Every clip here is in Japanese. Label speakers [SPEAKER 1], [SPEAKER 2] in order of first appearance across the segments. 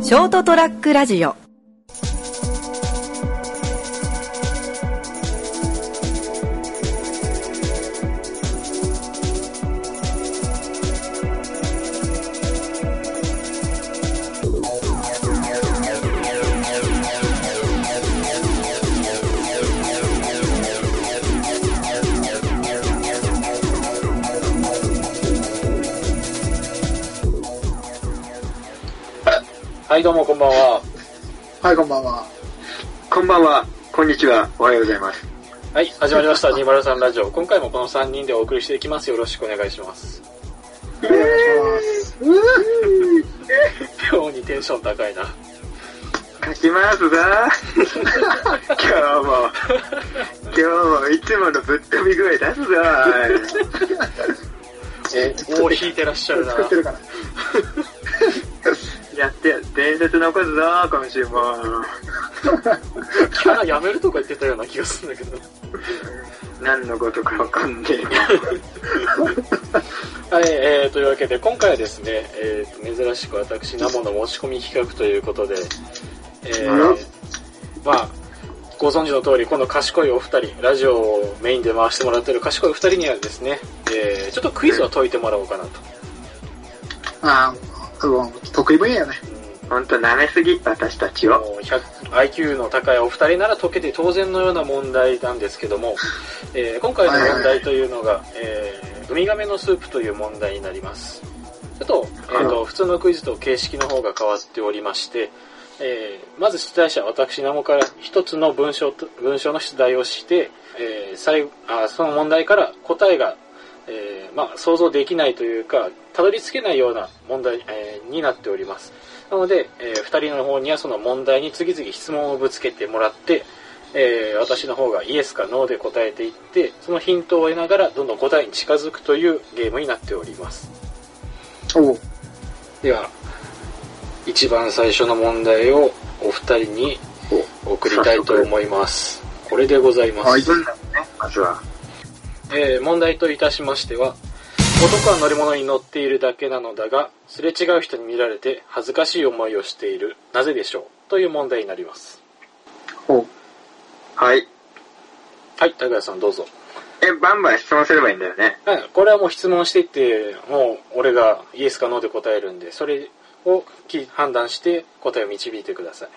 [SPEAKER 1] ショートトラックラジオ
[SPEAKER 2] はい、どうもこんばんは。
[SPEAKER 3] はい、こんばんは。
[SPEAKER 4] こんばんは、こんにちは、おはようございます。
[SPEAKER 2] はい、始まりました、203ラジオ。今回もこの3人でお送りしていきます。よろしくお願いします。
[SPEAKER 3] お願いします。
[SPEAKER 2] 今日にテンション高いな。
[SPEAKER 4] 書きますぞ 今日も、今日もいつものぶっ飛び具合出 すぞ
[SPEAKER 2] え、もう引いてらっしゃるな。
[SPEAKER 3] 作ってるから。
[SPEAKER 4] やってや、伝説残すぞ今週も。
[SPEAKER 2] キャラやめるとか言ってたような気がするんだけど。
[SPEAKER 4] 何のことかわかんねえな。
[SPEAKER 2] はい、えー、というわけで、今回はですね、えー、と珍しく私、ナモの持ち込み企画ということで、えー、まあ、ご存知の通り、この賢いお二人、ラジオをメインで回してもらってる賢いお二人にはですね、えー、ちょっとクイズを解いてもらおうかなと。
[SPEAKER 3] ああ、もう、得意分野やね。
[SPEAKER 2] うん
[SPEAKER 4] ほんと舐めすぎ、私たちを。
[SPEAKER 2] もう100 IQ の高いお二人なら解けて当然のような問題なんですけども、えー今回の問題というのが、えーウミガメのスープという問題になります。ちょっと、えーと普通のクイズと形式の方が変わっておりまして、えーまず出題者、私ナモから一つの文章と、文章の出題をして、えー最後あその問題から答えが、えーまあ、想像できないというか、たどり着けないような問題、えーになっております。なので、えー二人の方にはその問題に次々質問をぶつけてもらって、えー私の方がイエスかノーで答えていって、そのヒントを得ながらどんどん答えに近づくというゲームになっております。
[SPEAKER 3] おう。
[SPEAKER 2] では、一番最初の問題をお二人に送りたいと思います。これでございます。
[SPEAKER 3] はい。
[SPEAKER 4] うんだね、まずは。
[SPEAKER 2] えー問題といたしましては、男は乗り物に乗っているだけなのだが、すれ違う人に見られて恥ずかしい思いをしている、なぜでしょうという問題になります。
[SPEAKER 3] おう。
[SPEAKER 4] はい。
[SPEAKER 2] はい、高谷さんどうぞ。
[SPEAKER 4] え、バンバン質問すればいいんだよね。
[SPEAKER 2] はいこれはもう質問していって、もう俺がイエスかノーで答えるんで、それをき判断して答えを導いてください。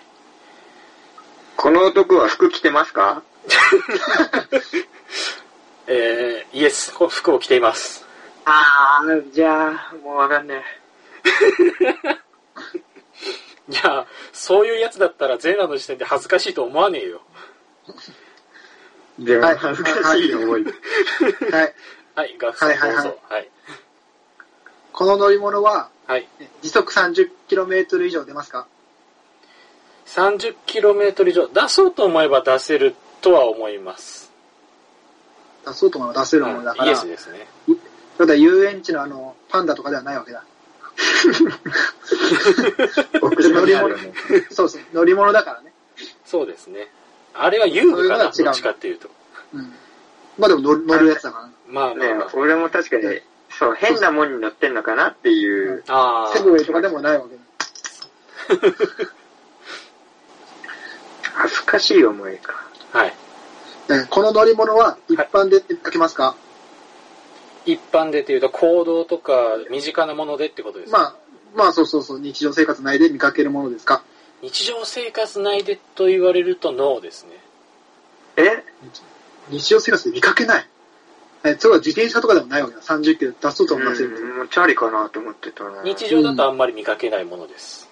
[SPEAKER 4] この男は服着てますか
[SPEAKER 2] えー、イエス、こ服を着ています。
[SPEAKER 4] あー、じゃあ、もうわかんね
[SPEAKER 2] いや、そういうやつだったら全裸の時点で恥ずかしいと思わねえよ。
[SPEAKER 4] え。でも、
[SPEAKER 3] はい
[SPEAKER 4] 恥ずかしい思い。
[SPEAKER 3] はい。
[SPEAKER 2] はい、学生どうぞ。
[SPEAKER 3] は
[SPEAKER 2] はいい
[SPEAKER 3] はいこの乗り物は、
[SPEAKER 2] はい
[SPEAKER 3] え時速 30km 以上出ますか
[SPEAKER 2] 30km 以上出そうと思えば出せるとは思います。
[SPEAKER 3] 出そうと思えば出せるものだか
[SPEAKER 2] イ
[SPEAKER 3] ら。
[SPEAKER 2] エ
[SPEAKER 3] そ
[SPEAKER 2] ス
[SPEAKER 3] れ
[SPEAKER 2] ですね。
[SPEAKER 3] だ遊園地のあの、パンダとかではないわけだ。
[SPEAKER 4] 僕
[SPEAKER 3] 乗り物。そうそう。乗り物だからね。
[SPEAKER 2] そうですね。あれは遊具かな、
[SPEAKER 3] それ
[SPEAKER 2] どっ
[SPEAKER 3] は違う
[SPEAKER 2] ちかっていうと。
[SPEAKER 3] うん。まあでも乗る乗るやつだからね。
[SPEAKER 2] まあま
[SPEAKER 4] ね
[SPEAKER 2] あまあ。
[SPEAKER 4] 俺も確かに、そう、変なもんに乗ってんのかなっていう。
[SPEAKER 2] ああ
[SPEAKER 3] セ、グウェイとかでもないわけだ。
[SPEAKER 4] 恥ずかしい思いか。
[SPEAKER 2] はい。
[SPEAKER 3] えこの乗り物は一般で出かけますか
[SPEAKER 2] 一般でというと行動とか身近なものでってことですか、
[SPEAKER 3] まあ、まあそうそうそう。日常生活内で見かけるものですか
[SPEAKER 2] 日常生活内でと言われるとノーですね。
[SPEAKER 4] え
[SPEAKER 3] 日常生活で見かけない。え、それは自転車とかでもないわけだ。30キロ出そうと思わせるけど。
[SPEAKER 4] うんもうチャリかなと思ってたな。
[SPEAKER 2] 日常だとあんまり見かけないものです。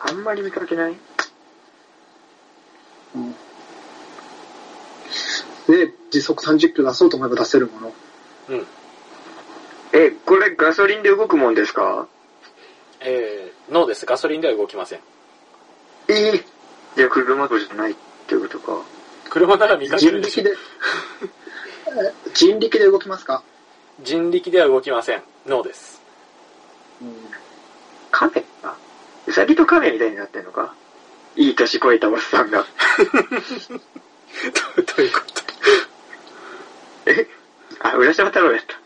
[SPEAKER 4] あんまり見かけない
[SPEAKER 3] うんで、時速30キロ出そうと思えば出せるもの。
[SPEAKER 2] うん。
[SPEAKER 4] え、これガソリンで動くもんですか
[SPEAKER 2] えー、ノーです。ガソリンでは動きません。
[SPEAKER 4] えじゃあ車とじゃないってことか。
[SPEAKER 2] 車なら見かけ
[SPEAKER 3] 人
[SPEAKER 2] るでし
[SPEAKER 3] 力
[SPEAKER 2] ょ。
[SPEAKER 3] で、え人力で動きますか、
[SPEAKER 2] 人力では動きません。ノーです。
[SPEAKER 4] カメか。ウサギとカメみたいになってんのか。いい年こいたおっさんが。
[SPEAKER 2] どういうこと
[SPEAKER 4] えあ、浦島太郎やった。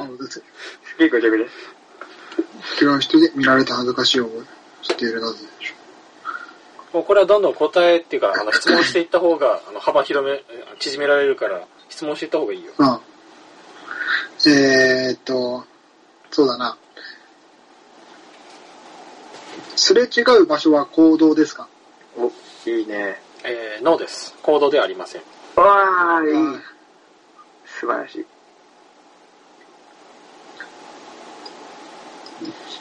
[SPEAKER 3] うんうん
[SPEAKER 4] すげえごちゃごちゃ。
[SPEAKER 3] 嫌いな人で見られて恥ずかしい思いをしているなぜでしょ
[SPEAKER 2] もうこれはどんどん答えっていうか、あの、質問していった方が、あの、幅広め、縮められるから、質問していった方がいいよ。
[SPEAKER 3] う。うん。えーっと、そうだな。すれ違う場所は行動ですか
[SPEAKER 4] お、いいね。
[SPEAKER 2] えー、ノーです。行動ではありません。
[SPEAKER 4] わあ、いい。
[SPEAKER 3] うん
[SPEAKER 4] 素晴らしい。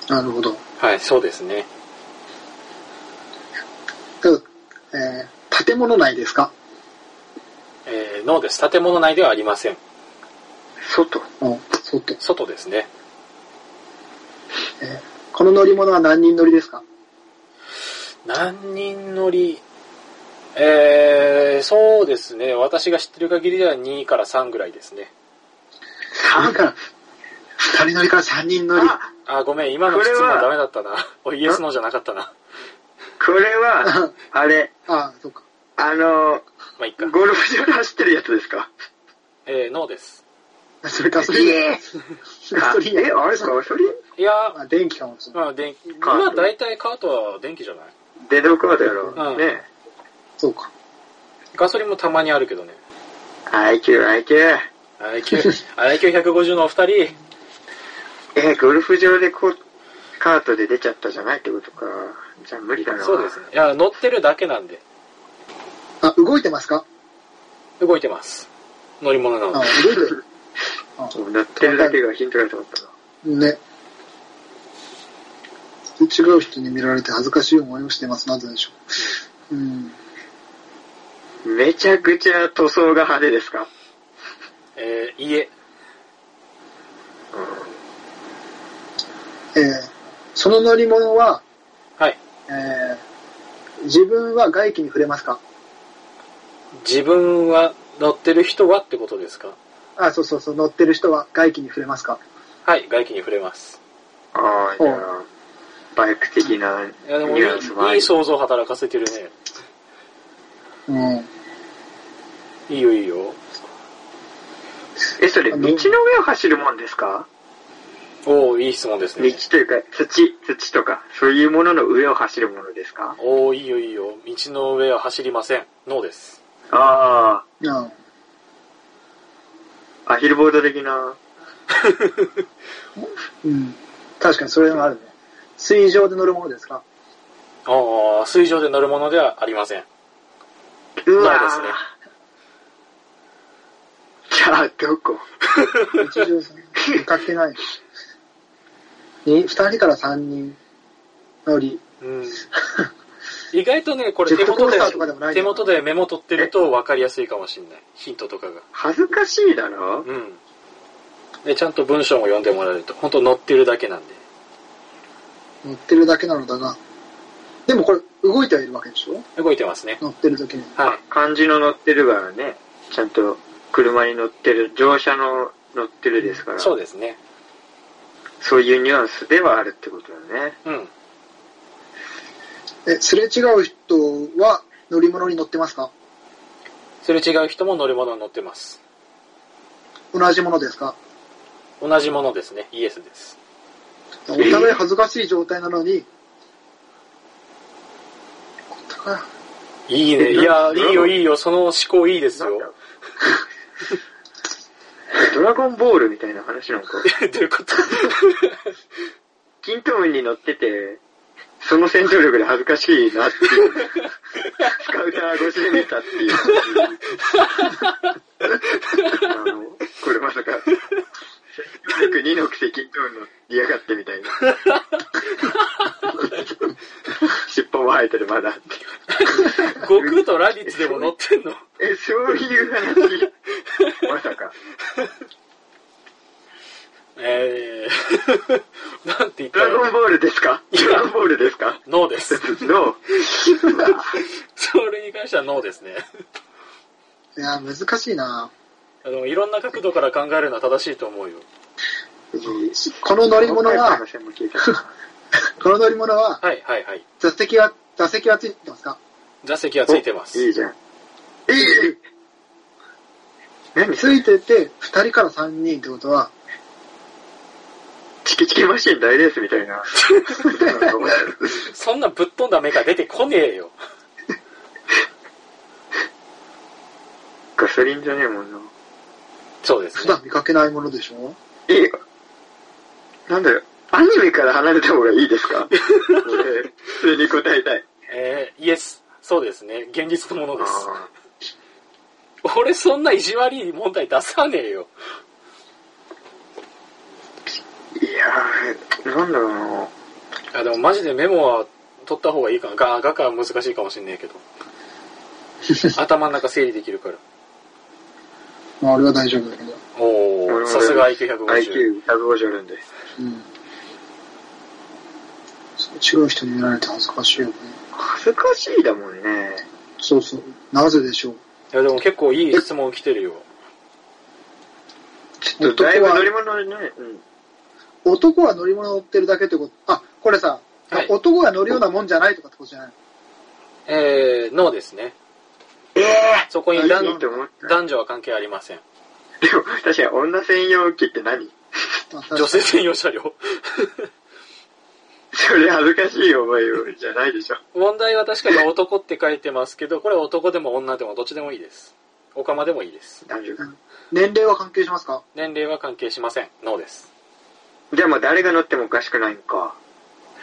[SPEAKER 3] なるほど。
[SPEAKER 2] はい、そうですね。
[SPEAKER 3] えー建物内ですか
[SPEAKER 2] えー、ノーです。建物内ではありません。
[SPEAKER 4] 外。
[SPEAKER 3] うん、外。
[SPEAKER 2] 外ですね。
[SPEAKER 3] この乗り物は何人乗りですか
[SPEAKER 2] 何人乗りえー、そうですね。私が知ってる限りでは2から3ぐらいですね。
[SPEAKER 3] ?3 から、2人乗りから3人乗り。
[SPEAKER 4] あ、
[SPEAKER 2] あ、ごめん、今の質
[SPEAKER 4] これ
[SPEAKER 2] 問
[SPEAKER 4] は
[SPEAKER 2] ダメだったな。おイエスノーじゃなかったな。
[SPEAKER 4] これは、
[SPEAKER 3] あ、
[SPEAKER 4] あれ、
[SPEAKER 3] あそうか。
[SPEAKER 4] あの、
[SPEAKER 2] まあ、いっか。
[SPEAKER 4] ゴルフ場で走ってるやつですか
[SPEAKER 2] えー、ノーです。
[SPEAKER 3] それガソリン。
[SPEAKER 4] え
[SPEAKER 3] ガソリン
[SPEAKER 4] え、あれですかガソリン
[SPEAKER 2] いや、
[SPEAKER 3] あ、電気かもしれない。
[SPEAKER 2] まあ、電気、
[SPEAKER 4] カート
[SPEAKER 2] 今大体カートは電気じゃない
[SPEAKER 4] 電動カートやろ。
[SPEAKER 2] うん
[SPEAKER 4] ね
[SPEAKER 3] そうか。
[SPEAKER 2] ガソリンもたまにあるけど ね。
[SPEAKER 4] IQ、IQ。
[SPEAKER 2] IQ、IQ150 のお二人、
[SPEAKER 4] え、ゴルフ場でこう、カートで出ちゃったじゃないってことか。じゃあ無理だな。
[SPEAKER 2] そうですね。いや、乗ってるだけなんで、
[SPEAKER 3] あ、動いてますか
[SPEAKER 2] 動いてます。乗り物な
[SPEAKER 3] あ、
[SPEAKER 2] の
[SPEAKER 3] 動
[SPEAKER 2] で。
[SPEAKER 3] いてる。あ
[SPEAKER 4] 乗ってるだけがヒントだと思ったな。
[SPEAKER 3] ね。違う人に見られて恥ずかしい思いをしてます。なぜでしょう。うん。
[SPEAKER 4] めちゃくちゃ塗装が派手ですか
[SPEAKER 2] えー、家、
[SPEAKER 3] えーその乗り物は、
[SPEAKER 2] はい。
[SPEAKER 3] えー自分は外気に触れますか
[SPEAKER 2] 自分は、乗ってる人はってことですか
[SPEAKER 3] あ、そうそうそう、乗ってる人は外気に触れますか
[SPEAKER 2] はい、外気に触れます。
[SPEAKER 4] ああ、じゃあ、バイク的なニ
[SPEAKER 2] いや、でもい
[SPEAKER 4] ュアンスも
[SPEAKER 2] い、
[SPEAKER 4] あ
[SPEAKER 2] いい
[SPEAKER 4] り。
[SPEAKER 2] 想像働かせてるね。
[SPEAKER 3] うん。
[SPEAKER 2] いいよ、いいよ。
[SPEAKER 4] え、それ、道の上を走るもんですか
[SPEAKER 2] おー、いい質問です
[SPEAKER 4] 道
[SPEAKER 2] ね。
[SPEAKER 4] というか、土、土とか、そういうものの上を走るものですか
[SPEAKER 2] おー、いいよ、いいよ。道の上は走りません。ノーです。
[SPEAKER 4] あ
[SPEAKER 3] うん。
[SPEAKER 4] あ、アヒルボード的な。
[SPEAKER 3] うん。確かにそれもあるね。水上で乗るものですか
[SPEAKER 2] あー、水上で乗るものではありません。
[SPEAKER 4] う
[SPEAKER 2] わー
[SPEAKER 4] わですね。じゃあ、どこ
[SPEAKER 3] 日常さん、見かけない。に、二人から三人乗り。
[SPEAKER 2] うん、意外とね、これ
[SPEAKER 3] ジ
[SPEAKER 2] 手
[SPEAKER 3] ェットコ
[SPEAKER 2] 元
[SPEAKER 3] ース
[SPEAKER 2] で
[SPEAKER 3] ターとかでもないんだ
[SPEAKER 2] 手
[SPEAKER 3] よな
[SPEAKER 2] 元でメモ取ってると分かりやすいかもしれない。ヒントとかが。
[SPEAKER 4] 恥ずかしいだろ
[SPEAKER 2] うん。で、ちゃんと文章も読んでもらえると。本当乗ってるだけなんで。
[SPEAKER 3] 乗ってるだけなのだが。でもこれ、動いてはいるわけでしょ
[SPEAKER 2] 動いてますね。
[SPEAKER 3] 乗ってる時に。
[SPEAKER 2] はい。
[SPEAKER 4] 漢字の乗ってるからね。ちゃんと車に乗ってる、乗車の乗ってるですから。
[SPEAKER 2] そうですね。
[SPEAKER 4] そういうニュアンスではあるってことだね。
[SPEAKER 2] うん。
[SPEAKER 3] え、すれ違う人は乗り物に乗ってますか
[SPEAKER 2] すれ違う人も乗り物に乗ってます。
[SPEAKER 3] 同じものですか
[SPEAKER 2] 同じものですね。イエスです。
[SPEAKER 3] お互い恥ずかしい状態なのに、お互い
[SPEAKER 2] いいね。
[SPEAKER 4] え
[SPEAKER 2] いや、
[SPEAKER 4] ない
[SPEAKER 2] いよ、いいよ。その思考いいです
[SPEAKER 4] なんだ
[SPEAKER 2] よ。
[SPEAKER 4] ドラゴンボールみたいな話なんか。
[SPEAKER 2] どういうこと
[SPEAKER 4] 筋トンに乗ってて、その戦闘力で恥ずかしいなっていう。スカウター越しで見たっていう。あの、これまさか、戦闘力2のくせ筋トンに乗りやがってみたいな。尻尾も生えてるまだって。
[SPEAKER 2] 悟空とラディッツでも乗ってんの
[SPEAKER 4] え、そういう話。まさか。
[SPEAKER 2] えー、 なんて言った
[SPEAKER 4] ドラ
[SPEAKER 2] ら
[SPEAKER 4] ゴンボールですかドラゴンボールですか
[SPEAKER 2] ノーです。
[SPEAKER 4] の、
[SPEAKER 2] それに関してはノーですね。
[SPEAKER 3] いや、難しいな
[SPEAKER 2] あの、いろんな角度から考えるのは正しいと思うよ。
[SPEAKER 3] この乗り物
[SPEAKER 4] 今回
[SPEAKER 3] は
[SPEAKER 4] の、線も聞いた
[SPEAKER 3] この乗り物は、
[SPEAKER 2] はい、はい、はい。
[SPEAKER 3] 座席は、座席はついてますか
[SPEAKER 2] 座席はついてま
[SPEAKER 4] い
[SPEAKER 2] す。
[SPEAKER 4] いじゃん。いい何
[SPEAKER 3] ついてて、二人から三人ってことは、
[SPEAKER 4] 地キチキマシン大レースみたいな。
[SPEAKER 2] そんなぶっ飛んだ目が出てこねえよ。
[SPEAKER 4] ガソリンじゃねえもんな。
[SPEAKER 2] そうです
[SPEAKER 3] 普
[SPEAKER 2] ね。
[SPEAKER 3] 段見かけないものでしょ
[SPEAKER 4] いいよなんだよ。アニメから離れた方がいいですか俺普通に答えたい。
[SPEAKER 2] えー、イエス。そうですね。現実のものです。
[SPEAKER 4] あ
[SPEAKER 2] 俺そんな意地悪い問題出さねえよ。
[SPEAKER 4] ーいやー、なんだろうな。
[SPEAKER 2] あ、でもマジでメモは取った方がいいかな。ガーガカは難しいかもしんねえけど。 頭の中整理できるから。
[SPEAKER 3] まあ、俺は大丈夫だけど。
[SPEAKER 2] お
[SPEAKER 4] 俺
[SPEAKER 2] ー、
[SPEAKER 4] も
[SPEAKER 2] さすが IQ150。
[SPEAKER 4] IQ150 なんで。
[SPEAKER 3] うん。白い人に見られて恥ずかしいよね。
[SPEAKER 4] 恥ずかしいだもんね。
[SPEAKER 3] そうそう。なぜでしょう。
[SPEAKER 2] いや、でも結構いい質問来てるよ。
[SPEAKER 4] ちょっとだいぶ乗り物にね、うん。
[SPEAKER 3] 男は乗り物乗ってるだけってこと、あ、これさ、
[SPEAKER 2] はい
[SPEAKER 3] 男が乗るようなもんじゃないとかってことじゃないの
[SPEAKER 2] えー、ノーですね。
[SPEAKER 4] ええ
[SPEAKER 2] そこに
[SPEAKER 4] ー、い
[SPEAKER 2] 男
[SPEAKER 4] いと思った。
[SPEAKER 2] 男女は関係ありません。
[SPEAKER 4] でも、確かに女専用機って何
[SPEAKER 3] あ
[SPEAKER 2] 女性専用車両。
[SPEAKER 4] それ恥ずかしい思いをじゃないでしょ。
[SPEAKER 2] 問題は確かに男って書いてますけど、これは男でも女でもどっちでもいいです。オカマでもいいです。
[SPEAKER 4] 大丈
[SPEAKER 3] 年齢は関係しますか
[SPEAKER 2] 年齢は関係しません。ノーです。
[SPEAKER 4] 夫。じゃあもう誰が乗ってもおかしくないのか。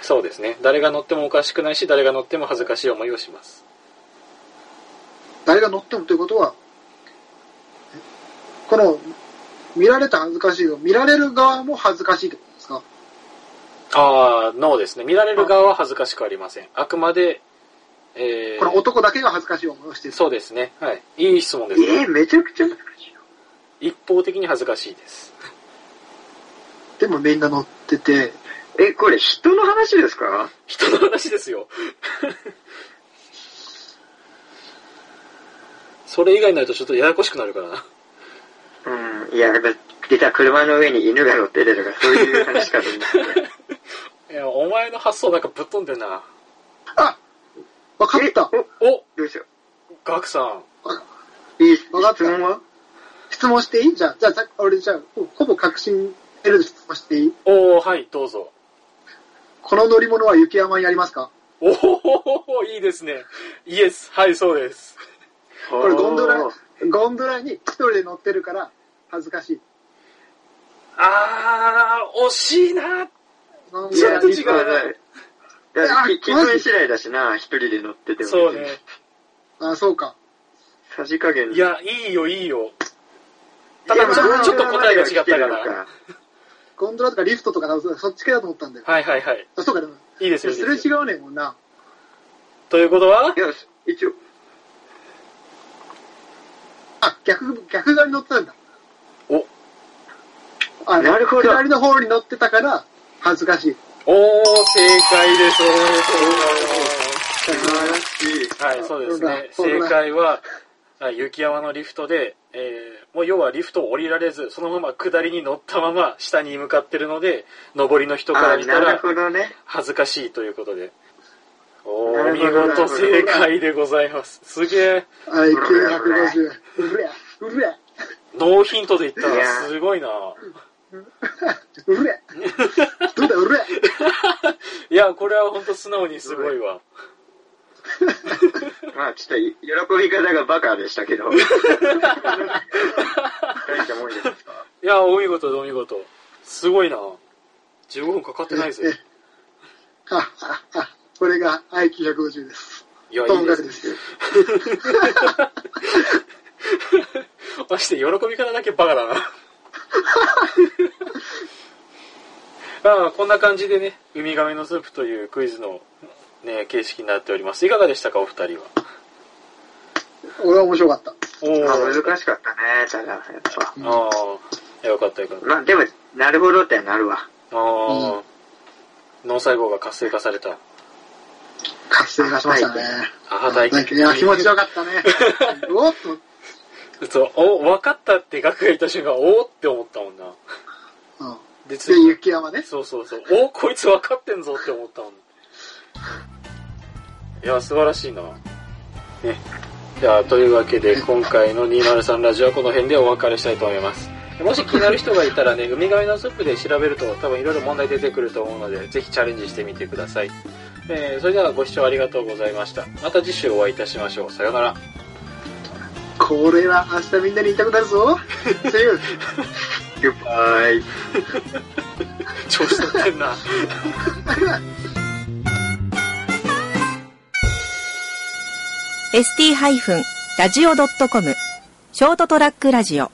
[SPEAKER 2] そうですね。誰が乗ってもおかしくないし、誰が乗っても恥ずかしい思いをします。
[SPEAKER 3] 誰が乗ってもということは、えこの、見られた恥ずかしいよ。見られる側も恥ずかしいってことですか
[SPEAKER 2] あー、ノーですね。見られる側は恥ずかしくありません。あくまで、え
[SPEAKER 3] この
[SPEAKER 2] ー、
[SPEAKER 3] 男だけが恥ずかしい思いをしてる。
[SPEAKER 2] そうですね。はい。いい質問です、
[SPEAKER 4] ええ
[SPEAKER 2] ね。
[SPEAKER 4] ー、めちゃくちゃ難しいよ。
[SPEAKER 2] 一方的に恥ずかしいです。
[SPEAKER 3] でもみんな乗ってて、
[SPEAKER 4] え、これ人の話ですか
[SPEAKER 2] 人の話ですよ。 それ以外になるとちょっとややこしくなるからな。
[SPEAKER 4] うん。いや、だ実は車の上に犬が乗ってるとか、そういう話かと思 って。
[SPEAKER 2] いや、お前の発想なんかぶっ飛んでんな。
[SPEAKER 3] あわかった
[SPEAKER 4] えお
[SPEAKER 2] お
[SPEAKER 4] どうしよ
[SPEAKER 2] ガクさん。
[SPEAKER 4] う。いい質
[SPEAKER 3] わかった
[SPEAKER 4] 問は
[SPEAKER 3] 質問していいじゃあ、じゃあ、さ俺じゃあ、ほほぼ確信得る質問していい
[SPEAKER 2] おー、はい、どうぞ。
[SPEAKER 3] この乗り物は雪山にありますか
[SPEAKER 2] おおいいですね。イエス、はい、そうです。
[SPEAKER 4] こ
[SPEAKER 3] これゴンドラ、ゴンドラに一人で乗ってるから恥ずかしい。
[SPEAKER 2] あー、惜しいな。
[SPEAKER 3] ゴン
[SPEAKER 4] い
[SPEAKER 3] ド
[SPEAKER 4] や、
[SPEAKER 3] ラ
[SPEAKER 2] ちょ
[SPEAKER 3] に
[SPEAKER 2] っと違う
[SPEAKER 4] な。だから
[SPEAKER 3] あ
[SPEAKER 4] 気気分次第だしな、一人で乗ってても。
[SPEAKER 2] そうね。。
[SPEAKER 3] あ、そうか。
[SPEAKER 4] さじ加減
[SPEAKER 2] い、や、いいよ、いいよ。た
[SPEAKER 4] い
[SPEAKER 2] だ
[SPEAKER 4] やまあ
[SPEAKER 2] ちょ、ちょっと
[SPEAKER 4] ゴンドラ
[SPEAKER 2] 答えが違ったか
[SPEAKER 4] までは来てるの
[SPEAKER 2] ら。
[SPEAKER 3] ゴンドラとかリフトとか多分そっち系だと思ったんだよ。
[SPEAKER 2] はいはいはい。
[SPEAKER 3] あ、そうか、でも。
[SPEAKER 2] いいです
[SPEAKER 3] そ
[SPEAKER 2] よ、
[SPEAKER 3] れ
[SPEAKER 2] いいです
[SPEAKER 3] 違
[SPEAKER 2] よ。
[SPEAKER 3] うねんもんな。
[SPEAKER 2] ということはい
[SPEAKER 4] や、一応、
[SPEAKER 3] あ、逆、逆側に乗ってたんだ。
[SPEAKER 2] お、
[SPEAKER 3] あ
[SPEAKER 4] なるほど
[SPEAKER 3] 左の方に乗ってたから恥ずかしい。
[SPEAKER 2] おー、正解です。おめで
[SPEAKER 4] 素晴らしい。
[SPEAKER 2] とうございます。はい、そうですね。
[SPEAKER 3] そうだそ
[SPEAKER 2] 正
[SPEAKER 3] うだ
[SPEAKER 2] 解は、はい雪山のリフトで、えー、もう要はリフトを降りられず、そのまま下りに乗ったまま下に向かってるので、上りの人から
[SPEAKER 4] あ、
[SPEAKER 2] 見た
[SPEAKER 4] な
[SPEAKER 2] ら
[SPEAKER 4] る、ほどね。
[SPEAKER 2] 恥ずかしいということで。お
[SPEAKER 4] な
[SPEAKER 2] お
[SPEAKER 4] る
[SPEAKER 2] 見
[SPEAKER 4] ほど
[SPEAKER 2] 事正解でございます。すげえ。
[SPEAKER 3] あれ、
[SPEAKER 4] うらや
[SPEAKER 3] 950。うるや、うるや、
[SPEAKER 2] ノーヒントで言った
[SPEAKER 4] いや
[SPEAKER 2] らすごいな。
[SPEAKER 3] うるや。どうだ、うるや。
[SPEAKER 2] いや、これは本当素直にすごいわ。
[SPEAKER 4] まあ、ちょっとい、喜び方がバカでしたけど。大したもんじゃないですか。
[SPEAKER 2] いや、お見事だお見事。すごいな。15分かかってないぜ。
[SPEAKER 3] はっはっは。これが IQ150 です。
[SPEAKER 2] いや、
[SPEAKER 3] と
[SPEAKER 2] いいで
[SPEAKER 3] もか
[SPEAKER 2] す
[SPEAKER 3] くです。
[SPEAKER 2] まして喜びからだけバカだな。まあこんな感じでね、ウミガメのスープというクイズの、ね、形式になっております。いかがでしたか、お二人は。
[SPEAKER 3] 俺は面白かった。
[SPEAKER 2] おお。
[SPEAKER 4] まあ、
[SPEAKER 2] あ
[SPEAKER 4] 難しかったね、ただ、やっぱ。
[SPEAKER 2] あー、よかったよかった。
[SPEAKER 4] まあ、でも、なるほどってなるわ。
[SPEAKER 2] ああ、脳細胞が活性化された。
[SPEAKER 3] 活性化しましたね。
[SPEAKER 2] ああ、大
[SPEAKER 3] なんかいや、気持ちよかったね。おっと、
[SPEAKER 2] そう、お、分かったって額が言った瞬間、おーって思ったもんな。
[SPEAKER 3] うん
[SPEAKER 2] で、
[SPEAKER 3] で
[SPEAKER 2] 次、
[SPEAKER 3] 雪山ね。
[SPEAKER 2] そうそう そう、おー、こいつ分かってんぞって思ったもん。いや、素晴らしいな。ね。じゃあ、というわけで、今回の203ラジオはこの辺でお別れしたいと思います。もし気になる人がいたらね、ウミガメのスープで調べると多分いろいろ問題出てくると思うので、ぜひチャレンジしてみてください。えーそれではご視聴ありがとうございました。また次週お会いいたしましょう。さようなら。
[SPEAKER 3] これは明日みんなに言いたくなるぞ。せー
[SPEAKER 4] グッバイ。
[SPEAKER 2] 調子乗ってんな。
[SPEAKER 1] ST-radio.com ショートトラックラジオ